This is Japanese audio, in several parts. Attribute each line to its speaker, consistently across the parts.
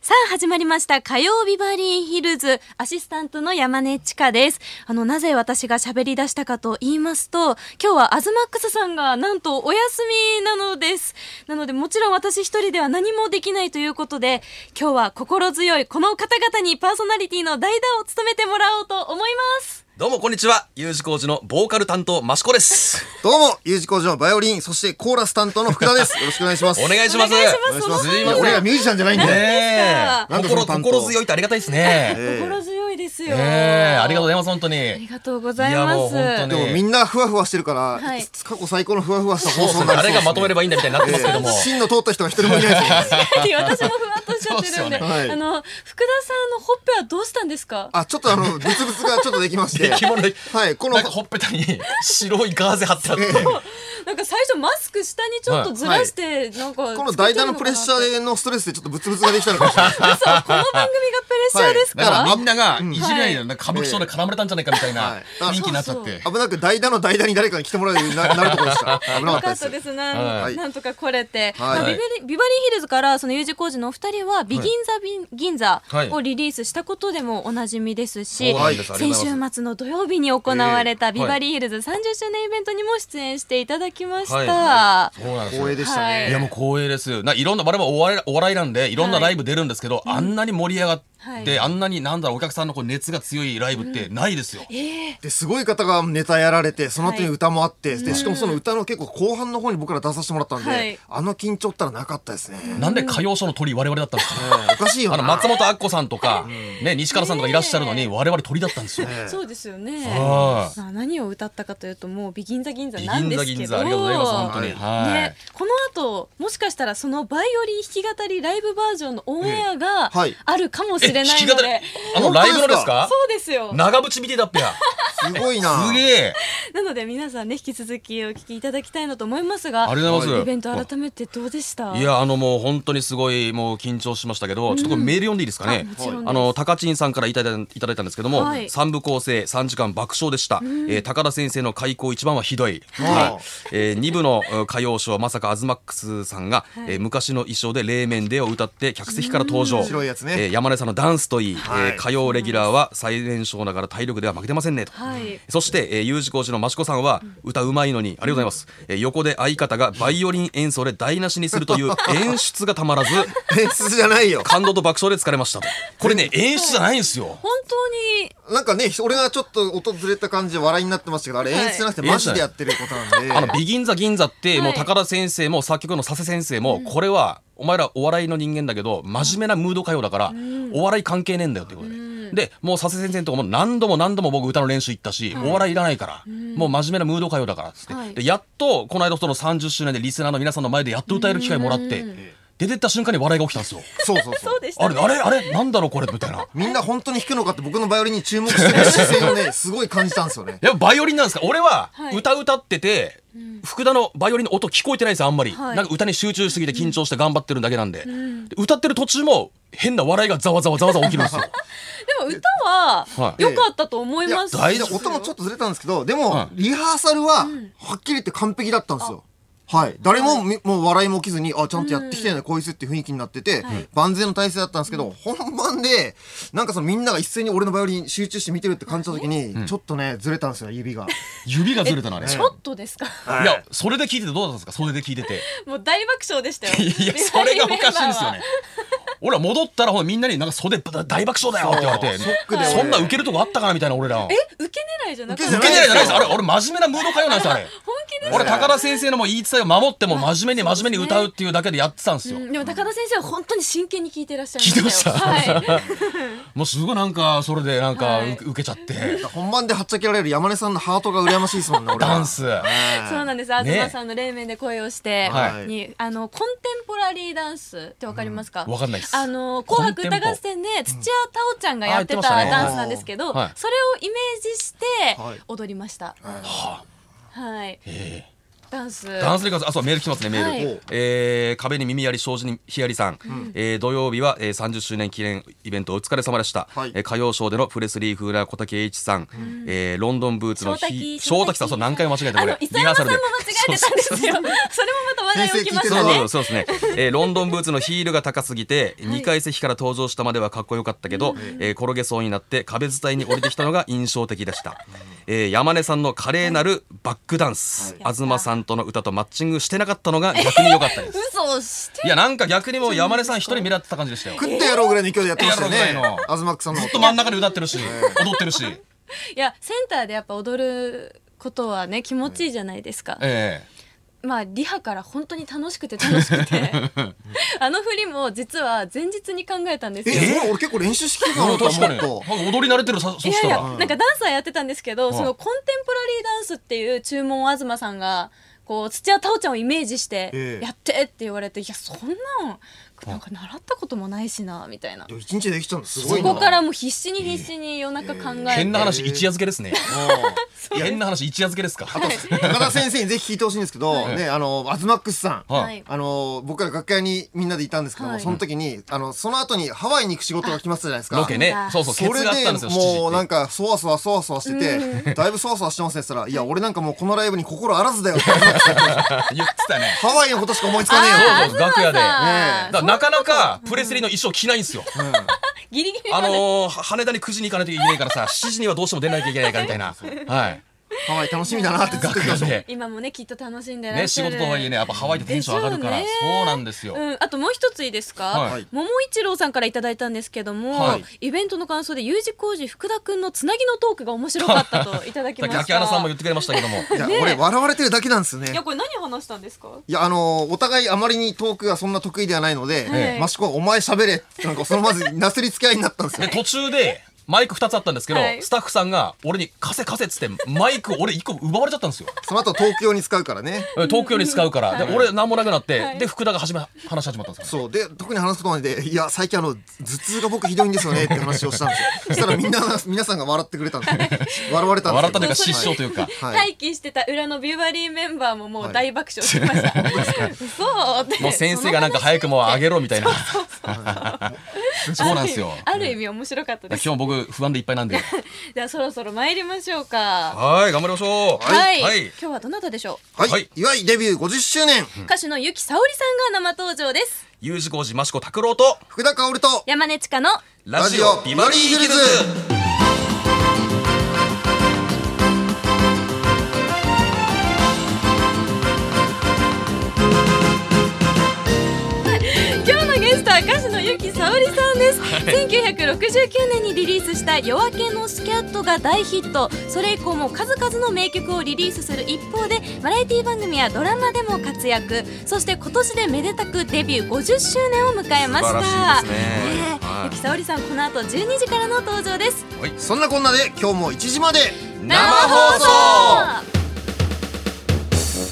Speaker 1: さあ始まりました火曜ビバリーヒルズアシスタントの山根千佳ですあのなぜ私が喋り出したかと言いますと今日はアズマックスさんがなんとお休みなのですなのでもちろん私一人では何もできないということで今日は心強いこの方々にパーソナリティの代打を務めてもらおうと思います
Speaker 2: どうもこんにちは U 字工事のボーカル担当マシコです
Speaker 3: どうも、U 字工事のバイオリン、そしてコーラス担当の福田です。よろしくお願いします。
Speaker 2: お願いします
Speaker 1: お願いします
Speaker 3: お願いします
Speaker 2: すい
Speaker 3: い
Speaker 2: ません
Speaker 3: や俺らミュージシャンじゃないん
Speaker 2: ね
Speaker 3: で。
Speaker 2: え
Speaker 3: なんでそ
Speaker 2: 心
Speaker 3: の担当
Speaker 2: 心強いってありがたいですね
Speaker 3: え
Speaker 1: 心強いですよ、
Speaker 2: ええありがとうございます本当
Speaker 1: あり
Speaker 2: に
Speaker 1: がとうございます
Speaker 2: いやもう本当
Speaker 3: で
Speaker 2: に
Speaker 3: もみんなふわふわしてるから、
Speaker 1: はい
Speaker 3: 過去最高のふわふわした
Speaker 2: そう
Speaker 3: 放
Speaker 2: そ
Speaker 3: 送
Speaker 2: う
Speaker 3: になりそう
Speaker 2: 誰がまとめればいいんだ みたいになってますけど
Speaker 3: え
Speaker 2: も
Speaker 3: え真の通った人が一人もいないですよ
Speaker 1: 私もふわっとしちゃってるんで、
Speaker 3: そうっすよねはい
Speaker 1: あの福田さんのほっぺはどうしたんですか
Speaker 3: あ、ちょっとあの、ブツブツがちょっとできまし
Speaker 2: で
Speaker 3: て。
Speaker 2: 着物で
Speaker 3: はい、この
Speaker 2: なん、かほっぺたに白いガーゼ貼ってあって
Speaker 1: なんか最初マスク下にちょっとずらして、なんか
Speaker 3: この代打のプレッシャ
Speaker 1: で
Speaker 3: ーのストレスでちょっとブツブツができたのかもしれないです。
Speaker 1: この番組がプレッシャーですか
Speaker 2: だ
Speaker 3: だ
Speaker 1: ら、
Speaker 3: は
Speaker 2: か
Speaker 3: い
Speaker 2: らみんながいじり合い
Speaker 1: は
Speaker 2: でなんか歌舞伎町で絡まれたんじゃないかみたい
Speaker 3: は
Speaker 2: ない雰囲気になっちゃって
Speaker 3: 危なく代打の代打に誰かに来てもらうようにななるところでした。危なか
Speaker 1: よかっ
Speaker 3: ったで
Speaker 1: た
Speaker 3: す。
Speaker 1: ですなん,、
Speaker 2: はい
Speaker 1: なんとか来れて、
Speaker 3: はい
Speaker 1: まあビバリビバリーヒルズからその U 字工事のお二人は「ビギンザビン、銀座
Speaker 2: はい」
Speaker 1: をリリースしたことでもおなじみですし、
Speaker 2: そうなんですあり
Speaker 1: 先
Speaker 2: がとうござい
Speaker 1: 週
Speaker 2: ま
Speaker 1: 末の土曜日に行われたビバリーヒルズ30周年イベントにも出演していただきました。
Speaker 2: はいはそうなんですよ
Speaker 3: 光栄でしたね。
Speaker 1: はい
Speaker 2: いやもう光栄ですないろんな我々お笑いお笑いなんでいろんなライブ出るんですけど、あんなに盛り上がって、
Speaker 1: はい
Speaker 2: あんなになんだろうお客さんのこう熱が強いライブってないですよ、
Speaker 3: ですごい方がネタやられてその後に歌もあって、でしかもその歌の結構後半の方に僕ら出させてもらったんで、
Speaker 1: はい
Speaker 3: あの緊張ったらなかったですね、
Speaker 2: なんで歌謡ショーの鳥我々だったんですかね
Speaker 3: おかしいよ
Speaker 2: あ
Speaker 3: な
Speaker 2: の松本明子さんとか、ね、西川さんとかいらっしゃるのに我々鳥だったんですよ。
Speaker 1: そうですよね。
Speaker 2: は
Speaker 1: まあ何を歌ったかというともうビギンザ銀座
Speaker 2: い
Speaker 1: なん
Speaker 2: 銀
Speaker 1: で
Speaker 2: 座
Speaker 1: すけ
Speaker 2: 銀
Speaker 1: ど、
Speaker 2: 座ありがとうございます本当に。は
Speaker 1: ね、この後もしかしたらそのバイオリン弾き語りライブバージョンのオンエアが
Speaker 3: はい
Speaker 1: あるかも
Speaker 2: い。
Speaker 1: しれな
Speaker 2: え
Speaker 1: いの
Speaker 2: 弾き
Speaker 1: で、
Speaker 2: 語りあのライブのですか？
Speaker 1: そうですよ。
Speaker 2: 長渕見てたっぺや。
Speaker 3: すごいな
Speaker 2: すげえ。
Speaker 1: なので皆さんね引き続きお聞きいただきたいなと思いますが、
Speaker 2: ありがとうございます
Speaker 1: イベント改めてどうでした？
Speaker 2: いやあのもう本当にすごいもう緊張しましたけど、ちょっとこれメール読んでいいですかね
Speaker 1: あもちろんです
Speaker 2: あの高知さんからいただいたいただいたんですけども、
Speaker 1: はい
Speaker 2: 三部構成三時間爆笑でした、えー高田先生の開口一番はひどい、
Speaker 3: はい
Speaker 2: はいえー、二部のえー歌謡ショーまさかアズマックスさんが、えー昔の衣装で冷麺でを歌って客席から登場、
Speaker 3: ん白いやつね
Speaker 2: えー山根さんのダンスといい、
Speaker 3: はい
Speaker 2: えー歌謡レギュラーは最年少ながら体力では負けてませんねと、
Speaker 1: はい。
Speaker 2: そして、えー、U 字工事の益子さんは歌うまいのにありがとうございます、えー横で相方がバイオリン演奏で台無しにするという演出がたまらず
Speaker 3: 演出じゃないよ
Speaker 2: 感動と爆笑で疲れましたとこれね演出じゃないんですよ
Speaker 1: 本当に
Speaker 3: なんかね俺がちょっと音ずれた感じで笑いになってましたけどあれ
Speaker 1: はい
Speaker 3: 演出じゃなくてマジでやってることなんで、
Speaker 2: あのビギンザ銀座っても
Speaker 1: は
Speaker 2: う
Speaker 1: い
Speaker 2: 高田先生も作曲の佐世先生もこれはお前らお笑いの人間だけど真面目なムード歌謡だからお笑い関係ねえんだよっていうことで。でもう佐世先生のとこも何度も何度も僕歌の練習行ったし、お笑いいらないから、もう真面目なムード歌謡だからっつって、
Speaker 1: はい
Speaker 2: でやっとこの間その30周年でリスナーの皆さんの前でやっと歌える機会もらって、出てった瞬間に笑いが起きたんですよ。
Speaker 3: そうそうそう
Speaker 1: そうでした
Speaker 2: あ
Speaker 1: ね。
Speaker 2: れあれあれなんだろうこれみたいな。
Speaker 3: みんな本当に弾くのかって僕のバイオリンに注目してる視線をねすごい感じたんですよね
Speaker 2: やっぱバイオリンなんですか俺は
Speaker 1: はい
Speaker 2: 歌歌ってて、福田のバイオリンの音聞こえてないんですよあんまり、
Speaker 1: はい
Speaker 2: なんか歌に集中しすぎて緊張して頑張ってるだけなんで,で、歌ってる途中も変な笑いがざわざわざわざわ起きるんですよ
Speaker 1: でも歌は
Speaker 2: はい
Speaker 1: 良かったと思い
Speaker 3: いや
Speaker 1: ます。
Speaker 3: 大体音もちょっとずれたんですけどでも、
Speaker 2: はい
Speaker 3: リハーサルははっきり言って完璧だったんですよ。はい、誰もみ、もう笑いも起きずにあちゃんとやってきてるね、こいつっていう雰囲気になってて、万全の体制だったんですけど、本番でなんかそのみんなが一斉に俺のバイオリン集中して見てるって感じた時に、ちょっとねずれたんですよ指 が。
Speaker 2: 指がずれたなあれ、
Speaker 1: ちょっとですか。
Speaker 2: いやそれで聞いててどうだったんですかそれで聞いてて
Speaker 1: もう大爆笑でしたよ。
Speaker 2: いやそれがおかしいんですよ
Speaker 1: メンバーは
Speaker 2: ね。俺ら戻ったらほらみんなになんか袖大爆笑だよって言われて
Speaker 3: そうショックで
Speaker 2: そんな受けるとこあったかなみたいな俺ら受
Speaker 1: え、受け狙いじゃなくて
Speaker 3: 受
Speaker 2: け狙いじゃないですあれ俺真面目なムードかよなんですよあれ
Speaker 1: 本気で
Speaker 2: 俺高田先生のもう言い伝えを守ってもう真面目に真面目に歌うっていうだけでやってたんですよ、
Speaker 1: うんでも高田先生は本当に真剣に聞いてらっしゃいましたよ。
Speaker 2: 聞いてました
Speaker 1: はい。
Speaker 2: もうすごいなんかそれでなんか
Speaker 1: はい
Speaker 2: 受け受けちゃって
Speaker 3: 本番ではっちゃけられる山根さんのハートが羨ましいですもんね俺は
Speaker 2: ダンス
Speaker 1: そうなんです。東さんの冷麺で声をして、
Speaker 2: はい
Speaker 1: にあのコンテンポラリーダンスってわかりますか？
Speaker 2: うんわかんないです
Speaker 1: あの紅白歌合戦で土屋太鳳ちゃんがやってた
Speaker 2: うんあ言ってましたね
Speaker 1: ダンスなんですけど、
Speaker 2: はい
Speaker 1: それをイメージして
Speaker 3: はい
Speaker 1: 踊りました。
Speaker 3: はい
Speaker 1: はい。
Speaker 2: ええ
Speaker 1: ダンス
Speaker 2: ダンスリカーズ、あ、そう、メール来てますね、メール。
Speaker 1: はい
Speaker 2: えー壁に耳あり、障子にひやりさん。えー土曜日は、えー、30周年記念イベント、お疲れ様でした。
Speaker 3: はい
Speaker 2: えー歌謡ショーでのプレスリー風な小竹栄一さん、えーロンドンブーツのひ
Speaker 1: 正滝
Speaker 2: 正滝さん、そう、何回も間違えた、
Speaker 1: あ
Speaker 2: こ
Speaker 1: の
Speaker 2: れ。
Speaker 1: 磯山さんも間違えてたんですよそれもまた話題をきました
Speaker 2: そう
Speaker 1: ね
Speaker 2: そうそうですね、えーロンドンブーツのヒールが高すぎて、2階席から登場したまではかっこよかったけど、えー転げそうになって壁伝いに降りてきたのが印象的でした、えー山根さんの華麗なるバックダンス、
Speaker 1: はい
Speaker 2: 東さんとの歌とマッチングしてなかったのが逆に良かったです、
Speaker 1: 嘘して
Speaker 2: いやなんか逆にもう山根さん一人目立ってた感じでしたよちょ
Speaker 3: 食ってやろうぐらいの勢いでやってましたよ
Speaker 2: やろうぐらい
Speaker 3: ね
Speaker 2: の。
Speaker 3: アズマックさんの。
Speaker 2: っと真ん中で歌ってるし踊ってるし
Speaker 1: いやセンターでやっぱ踊ることはね気持ちいいじゃないですか、
Speaker 2: え
Speaker 1: まあリハから本当に楽しくて楽しく てあの振りも実は前日に考えたんです
Speaker 3: え、
Speaker 1: よ
Speaker 3: すごい俺結構練習してきて
Speaker 2: え
Speaker 3: たのと
Speaker 2: 確
Speaker 3: 思
Speaker 2: かになん
Speaker 3: う
Speaker 2: か
Speaker 3: と。
Speaker 2: 踊り慣れてるさそ
Speaker 1: いや
Speaker 2: し
Speaker 1: い
Speaker 2: た
Speaker 1: や
Speaker 2: ら
Speaker 1: なんかダンサーやってたんですけど、
Speaker 2: い
Speaker 1: そのコンテンポラリーダンスっていう注文を東さんがこう土屋太鳳ちゃんをイメージして
Speaker 3: ええ
Speaker 1: やってって言われて、いやそんなんなんか習ったこともないしなみたいな
Speaker 3: でも一日でできたのす
Speaker 1: そ
Speaker 3: ごいな。
Speaker 1: こからもう必死に必死に夜中考えて、
Speaker 2: 変な話一夜漬けですね
Speaker 3: いや
Speaker 2: 変な話一夜漬けですか
Speaker 3: 高田先生にぜひ聞いてほしいんですけど、
Speaker 2: い
Speaker 3: ね、あの、アズマックスさん。
Speaker 1: はい
Speaker 3: あの、僕ら楽屋にみんなでいたんですけども、
Speaker 1: はい
Speaker 3: その時に、あの、その後にハワイに行く仕事が来ましたじゃないですか。
Speaker 2: ロケねそうそう
Speaker 3: そ
Speaker 2: ケ
Speaker 3: れ
Speaker 2: ツがあったんです
Speaker 3: で
Speaker 2: よ
Speaker 3: もうな
Speaker 2: 7
Speaker 3: んかそわそわそわそわしててだいぶそわそわしてますねって言ったら「いや俺なんかもうこのライブに心あらずだよ」って
Speaker 2: 時って言ってたね
Speaker 3: ハワイのことしか思いつかねえよ
Speaker 2: あー
Speaker 1: 東
Speaker 2: そう楽屋で
Speaker 1: さん
Speaker 2: だからなかなかプレスリーの衣装着ないんですよ
Speaker 1: ギリギリ
Speaker 2: あ
Speaker 1: まで、
Speaker 2: のー羽田に9時に行かないといけないからさ7時にはどうしても出なきゃいけないからみたいなはい
Speaker 3: ハワイ楽しみだなってずっと言
Speaker 2: 楽
Speaker 3: ってま
Speaker 2: 屋 で
Speaker 3: したもん
Speaker 1: 今もねきっと楽しんでらっ
Speaker 2: ね
Speaker 1: し
Speaker 2: 仕
Speaker 1: ゃる
Speaker 2: 事とはいえねやっぱハワイでテンション上がるから
Speaker 1: でしょうね
Speaker 2: そうなんですよ
Speaker 1: うん、あともう一ついいですか、
Speaker 2: はい
Speaker 1: 桃一郎さんからいただいたんですけども、
Speaker 2: はい
Speaker 1: イベントの感想で U 字工事福田くんのつなぎのトークが面白かったといただきま した
Speaker 2: 竹原さんも言ってくれましたけども
Speaker 3: いや俺笑われてるだけなんですよ
Speaker 1: い
Speaker 3: ね
Speaker 1: やこれ何話したんですか
Speaker 3: いやあのお互いあまりにトークがそんな得意ではないの
Speaker 1: え
Speaker 3: で
Speaker 1: え
Speaker 3: 益子は「お前喋れ」ってなんかそのまずなすりつけ合いになったんですよ
Speaker 2: で途中でマイク2つあったんですけど、
Speaker 1: はい
Speaker 2: スタッフさんが俺に「貸せ貸せ」っつってマイクを俺1個奪われちゃったんですよ
Speaker 3: その後東京に使うからね
Speaker 2: 東京に使うから、で俺何もなくなって、
Speaker 1: はい
Speaker 2: で福田が始め話し始まったんですよ
Speaker 3: そうで特に話すことないで「いや最近あの頭痛が僕ひどいんですよね」って話をした んですよそしたらみんな皆さんが笑ってくれたんですよ笑われたんですよ
Speaker 2: 笑ったというか
Speaker 1: そう
Speaker 2: 失笑というか、
Speaker 3: はい
Speaker 1: 待機してた裏のビューバリーメンバーももう大爆笑してま した、そうって
Speaker 2: もう先生がなんか早くもう上げろみたいな そうなん ですよ
Speaker 1: ある意味面白かった
Speaker 2: い
Speaker 1: で
Speaker 2: や
Speaker 1: す
Speaker 2: 今日僕不安でいっぱいなんで
Speaker 1: じゃあそろそろ参りましょうか
Speaker 2: はい頑張りましょう
Speaker 1: はい、
Speaker 2: はい
Speaker 1: 今日はどなたでしょ
Speaker 3: はい、
Speaker 2: はい
Speaker 3: 岩井デビュー50周年
Speaker 1: う歌手のゆきさおりさんが生登場です
Speaker 2: U 字工事益子拓郎と
Speaker 3: 福田薫と
Speaker 1: 山根千佳の
Speaker 2: ラジオビバリーヒルズ
Speaker 1: 今日のゲストは歌手のゆきさおりさんです、1969年にリリースした「夜明けのスキャット」が大ヒットそれ以降も数々の名曲をリリースする一方でバラエティ番組やドラマでも活躍そして今年でめでたくデビュー50周年を迎えました
Speaker 2: 素晴らしいですね
Speaker 1: ねえ
Speaker 2: はい
Speaker 1: ゆきさおりさんこの後12時からの登場です
Speaker 3: そんなこんなで今日も1時まで
Speaker 2: 生放送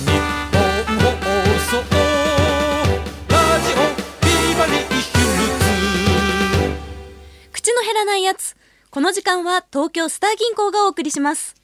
Speaker 2: 日本放送ラジオビバリーヒルズ
Speaker 1: 口の減らないやつこの時間は東京スター銀行がお送りします